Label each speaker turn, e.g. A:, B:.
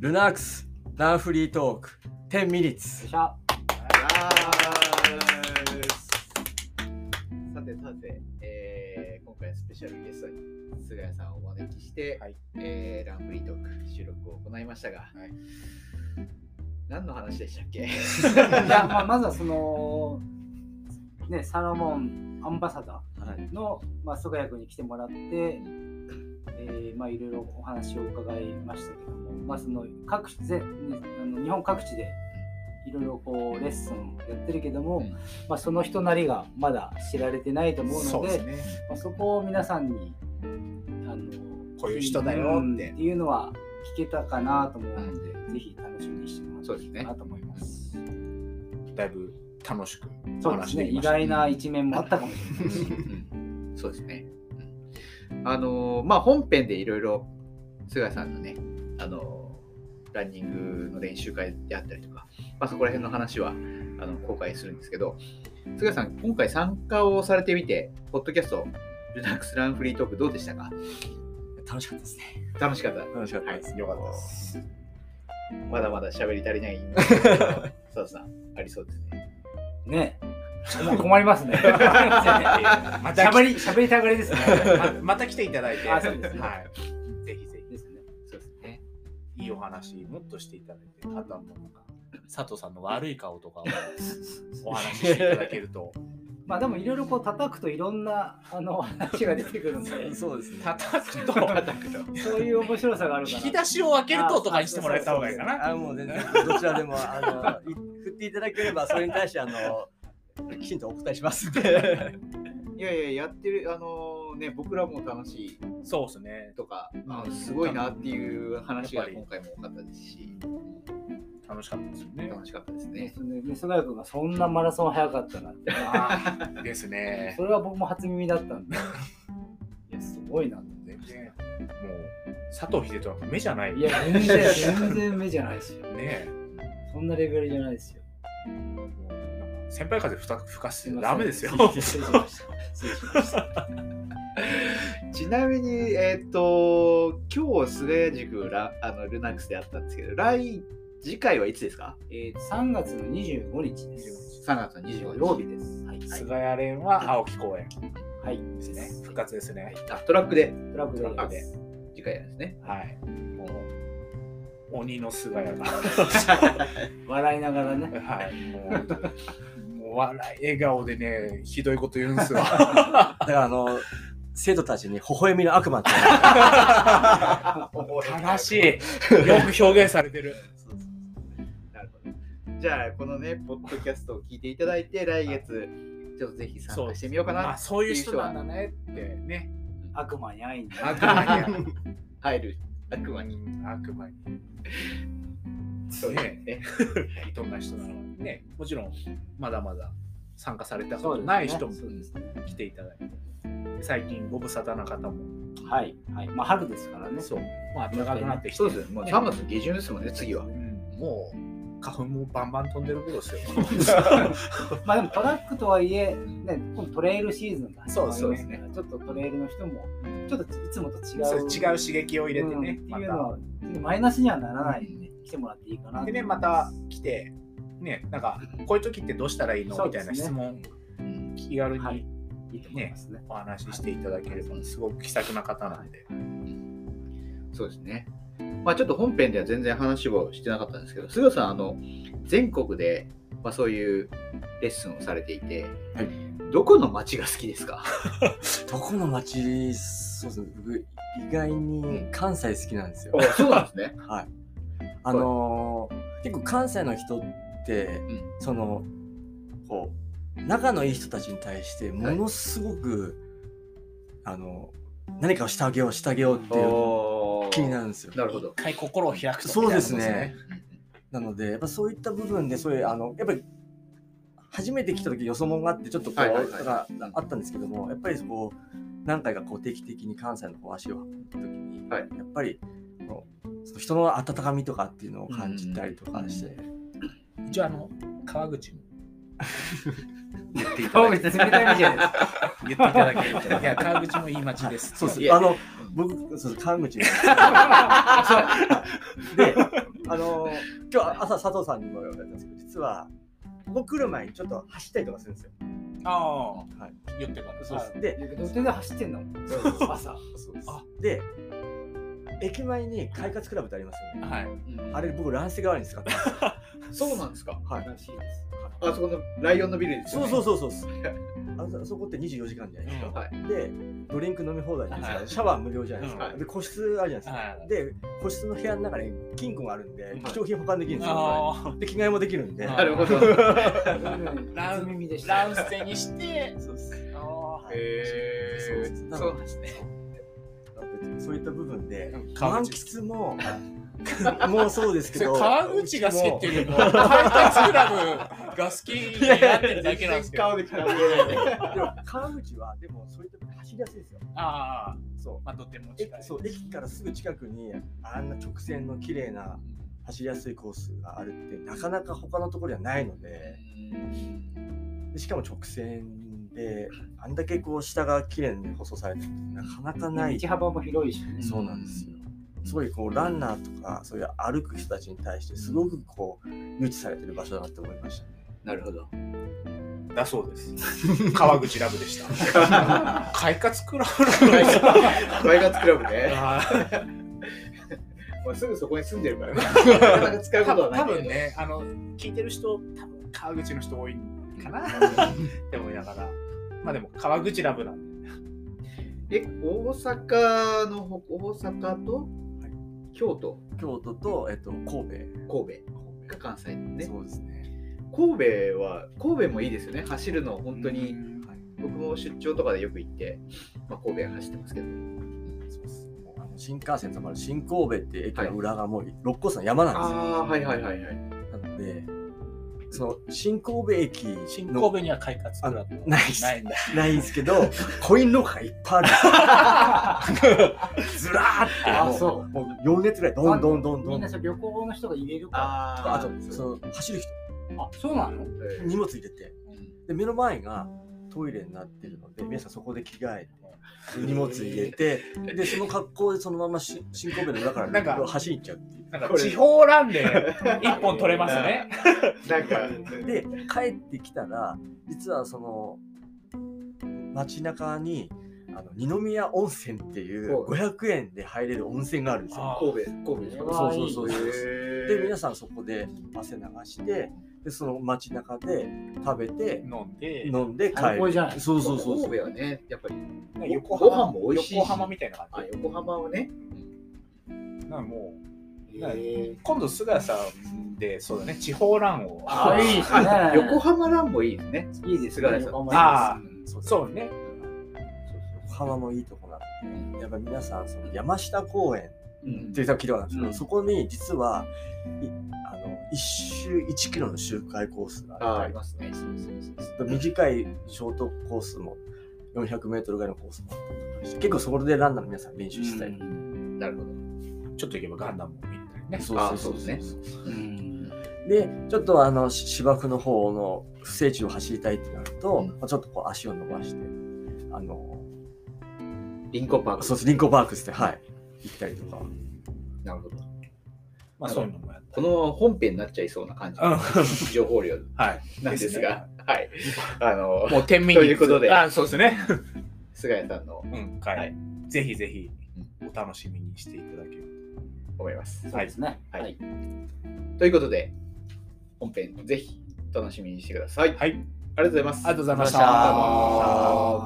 A: ルナックスランフリートーク10ミリッツ
B: しゃ。
C: さてさて、えー今回はスペシャルゲストに菅谷さんをお招きして、
D: はい
C: えーランブリートーク収録を行いましたが、
D: はい
C: 何の話でしたっけ
B: いや、まあ、まずはその、ね、サロモンアンバサダーの、まあ、菅谷君に来てもらって、えーまあ、いろいろお話を伺いましたけども、まあ、その各地で、ね、あの日本各地でいろいろこうレッスンやってるけども、
C: うん
B: まあ、その人なりがまだ知られてないと思うので、
D: ね。
B: まあ、そこを皆さんにあの
D: こういう人だよ
B: うん
D: っ
B: ってていうのは聞けたかなと思うので、ぜひ楽しみにしてもら
C: そう
B: っ
C: で
B: て
C: す
B: い
C: ね
B: いかなと思います。
D: だいぶ楽しく
B: そうですね、
D: 話してみ
B: 意
D: ました
B: 外な一面もあったかもしれない。
C: うんそうですね。うんあのーまあ本編でいろいろ菅谷さんのね、あのーランニングの練習会であったりとか、まあ、そこら辺の話はあの公開するんですけど、菅谷さん、今回参加をされてみて、ポッドキャスト、ルナックスランフリートークどうでしたか
A: 楽しかったですね
C: 楽しかった。
A: 楽しかったです、
D: よかったです。
C: まだまだ喋り足り ない。佐藤さん、ありそうですね。
B: ねもう困りますね。
D: また
B: 喋り、喋りたがりですね。
D: ままた来ていただいて、
B: あそうですね
D: はい。ぜひぜ
B: ですね。
C: そうですね。
D: ひいいお話もっとしていただいて、あとはもうなんか佐藤さんの悪い顔とかをお話ししていただけると、
B: まあでもいろいろこう叩くといろんなあの話が出てくるので、
A: そうですね
D: 叩くと
B: そういう面白さがあるか
D: 引
B: ら。
D: き出しを開けるととかにしてもらえた方がいいかな。
A: あもう全然どちらでもあのい振っていただければそれに対してあのきちんとお答えしますんで
C: いやいや、やってる、あのーね、僕らも楽しい
D: そうですね。
C: とか、あ
D: う
C: の
D: ん
C: すごいなっていう話が
D: やっぱ
C: 今回
D: り
C: も多かったですし、
D: 楽しかったですよね。
C: 楽しかったです
B: で
C: ね。
B: すね。で菅谷君がそんなマラソン早かったなんて、
D: あーですね
B: そ。れは僕も初耳だった んで、いやすごいなと思って。
D: 全然もう佐藤秀人は目じゃない。
B: い
D: ね
B: や全然全然目じゃないですよ。
D: え。
B: そんなレベルじゃないですよ。
D: もうなんか先輩風ふた吹か
B: す
D: す
B: いません
D: ダメですよ。
B: 失礼しました。失礼しました。
C: ちなみに、えっ、と、今日、菅谷塾ラあのルナックスであったんですけど、来、次回はいつですか
B: えー、3月の25日です。
C: ?3 月の25日。
B: 土曜日です。はい。
D: 菅谷蓮は青木公園
B: はい。
D: ですね。復活ですね。
C: あ、トラックで、
B: トラック
D: トラック
B: で
D: で。
C: 次回なんです ね。
D: はい。もう鬼の菅谷が。
B: 笑いながらね。
D: はい。もうもう笑い笑顔でねひどいこと言うんですよ。
A: だからあの生徒たちに微笑みの悪魔って
D: 正しい。よく表現されてる。
C: なるほど。じゃあ、このね、ポッドキャストを聞いていただいて、来月、ちょっとぜひ参加してみようか
D: ま
C: な
D: あ。そういう人なんだねってね。
B: 悪魔に会いに。
C: 悪魔に入る。悪魔に。
D: 悪魔に。
C: そうですね。
D: どんな人なのかね。もちろんまだまだ参加された
B: そ
D: こ
B: うです
D: と
B: ね
D: ない人も
B: そうですね
D: 来ていただいて。最近ご無沙汰な方も
B: はい。はい。まあ、春ですからね。
D: そう、まあ、暖かくなってきて
C: そうですよ。もう3月の下旬ですもんね、次は。
D: うんもう花粉もバンバン飛んでる頃ですよ。
B: まあ、でもトラックとはいえ、ね、今度トレイルシーズンが始まります
D: そうです
B: か
D: ね
B: らちょっとトレイルの人も、ちょっといつもと違
D: そう
B: う。
D: 違う刺激を入れてね、
B: うんっ
D: ま
B: ていうの
D: た
B: は、マイナスにはならないんで、来てもらっていいかなと思いす
D: でねまた来てねなんかこういう時ってどうしたらいいの、
B: そう
D: み
B: です
D: たい
B: ね
D: な質問気軽
B: は
D: に
B: いいと思いますね。
D: お話ししていただければ、すごく気さくな方なんで、
C: そうですね。まあちょっと本編では全然話をしてなかったんですけど、菅さん、あの、全国で、まあ、そういうレッスンをされていて、
A: はい
C: どこの街が好きですか
A: どこの町そうですね僕意外に関西好きなんですよ
C: そうなんですね。
A: はいあのー結構関西の人って
C: うん
A: そのこう仲のいい人たちに対してものすごく、あの何かをしてあげようしてあげようっていう気にな
C: る。
A: るんですよ。
C: なるほど
D: 一。回心を開くと
A: そうですね
D: みたいな
A: なのでやっぱそういった部分でそういうあのやっぱり初めて来た時よそもんがあってちょっとこう、
C: はいはいはい
A: があったんですけどもやっぱりこう何回かこう定期的に関西のこう足を運ぶ時に、
C: はい
A: やっぱりこうその人の温かみとかっていうのを感じたりとかして、
D: ですね一応あの川口も言っていた
B: そう
D: だ
B: で
D: け
B: すね。 冷たい意味じ ゃないですか。
D: 言っていただけるといや川口もいい街です
A: そうです
C: いや
A: あの僕そうです川口なんです
C: そう
A: であの今日朝佐藤さんにも言われたんですけど実はここ来る前にちょっと走ったりとかするんですよ。
D: あ
A: はい、
D: あ、酔ってから。
A: そう
D: う
A: ですで
B: 予定で走ってんの朝。
D: あ
A: で駅前に快活クラブってありますよね。
D: はい。
A: あれ僕ランス代わりに使ってます。
C: そうなんですか
A: はい、
B: らしいです。
C: あそこのライオンのビルですよ
A: そう
C: ね
A: そうそうそうあそあそこって24時間じゃないですか。
C: はい
A: でドリンク飲み放題じゃないです
C: はい
A: かシャワー無料じゃないですか、
C: はい
A: で個室あるじゃない
D: は
A: ですか、で個室の部屋の中に金庫があるんで、
D: はい
A: 貴重品保管できるんですよ
D: あ
A: で着替えもできるんで、
D: はい
C: なるほど
D: ラ
B: ラ
D: ウ
B: ウ
D: ン
B: 耳でし
D: あ、
B: た。
D: ランステにして。
A: そうです
C: へえ
A: そう
C: そうなんですね
A: そういった部分で
D: 川
A: 満
D: 口
A: 喫ももう そうですけ
D: それ
A: ど
D: 川口が好きって
A: う
D: いうよ りも、開発クラブが好きになってるだ けなんです けど。
C: 川口
A: ち
C: 直哉
A: もでも川口はでもそういった部分で走りやすいですよ
D: ああ、
A: そう
D: まあ、とても
A: 駅
D: 近い。
A: そう駅からすぐ近くにあんな直線の綺麗な走りやすいコースがあるってなかなか他のところにはないので、でしかも直線であんだけこう下が綺麗に舗装されてるってなかなかない
B: 道幅も広いしね。
A: そうなんですよすごいこうランナーとかそういう歩く人たちに対してすごくこう誘致されてる場所だなって思いましたね
C: なるほど
D: だそうです。川口ラブでした。 快活クラブ
C: 大学クラブ ね
D: の
C: もうすぐそこに住んでるからねなかなか使うこ
D: 多
C: とは
D: 分
C: ない
D: 多
C: けど
D: 分ね、あの、聞いてる人、多分川口の人多いかなって思いながら。まあでも、川口ラブなんで。
C: え大阪のほ大阪と、京都
A: 京都と、えっと、神戸
C: 神戸が関西ね
A: そうですね
C: 神戸は神戸もいいですよね走るの本当に、
A: はい
C: 僕も出張とかでよく行って、まあ、神戸走ってますけど
A: そうですもうあの新幹線とかある新神戸って駅の裏がもう六甲山の山なんですよ、
C: ああはいはいはいはい
A: なのでその新神戸駅の
D: 新神戸には快活クラブは
A: ないです
D: ないんだ。
A: ないんですけど コインロッカーいっぱい あるんですよずらー
B: あ、
A: っても
B: そ
A: う
B: う。
A: もう4列ぐらいどんどんどんど
B: み
A: ん
B: んなそう旅行の人が入れるか
C: あ
A: あとその走る人
B: ら。あ、そうなの
A: 荷物入れてで目の前がトイレになってるので皆さんそこで着替えて荷物入れてでその格好でそのままし新神戸の裏か
D: なんから
A: 走りに行っちゃうっていう
D: なんか地方ランで一本取れますね。
C: なんか
A: で帰ってきたら実はその街中にあの二宮温泉っていう
C: ほう
A: 500円で入れる温泉があるんです
D: あ
A: よ。
C: 神戸神戸ですか
B: ー
A: そうそうそうそうですで
C: へ
A: 皆さんそこで汗流してでその街中で食べて
D: 飲んで、
A: 飲んで帰
B: 最高
A: る。
B: じゃない
A: そう
C: ー
A: そうそうそう
C: 神戸はねやっぱり
D: 横
C: ご
D: 浜
C: 飯も美味しいし
D: 横浜みたいな
C: あ
D: 感
C: 横浜をね
D: じ。なんかもう
B: え
D: 今度菅谷さんでそうだね地方ランを
B: あーいいですね
C: あ横浜ランもいいですね
B: ーいいです
C: 菅
B: ね
C: 谷。さん
B: 思い
D: あ
B: ま
D: ー
C: うん
A: そう
D: そうね
A: 横浜もいいとこなんでやっぱ皆さんその山下公園
C: うん
A: っていう多分聞いたことあるんですけど、
B: うん
A: そこに実はいあの1周1キロの周回コースが
C: あー
A: あ
C: あ
A: っ
C: り
A: た
C: ますね
A: り短いショートコースも400メートルぐらいのコースもあったりして結構そこでランナーの皆さん練習してたり、
C: なるほど
D: ちょっと行けばガンダムも見たりね
A: そ
C: あーそうですね
B: うん。
A: でちょっとあのし芝生の方の不整地を走りたいってなると、
C: うん
A: まあちょっとこう足を伸ばしてあの
C: リンコンパーク
A: そうですリンコンパークしてはい行ったりとか
C: なるほど
D: まあそういうのもやっ
C: この本編になっちゃいそうな感じ
D: うん
C: の情報量
D: はい
C: なんです
D: ね
C: が、はい。あの、
D: もう天秤
C: ということで
D: あそうですね
C: 菅谷さんの
D: うんはい、
C: はい
D: ぜひぜひお楽しみにしていただける
C: 思います。
B: そうですね。
C: はい
B: はい。
C: ということで、本編ぜひ楽しみにしてください。あり
D: はいあり
C: がとうございます。
D: がとうございまし
A: ありがとうございました
D: た。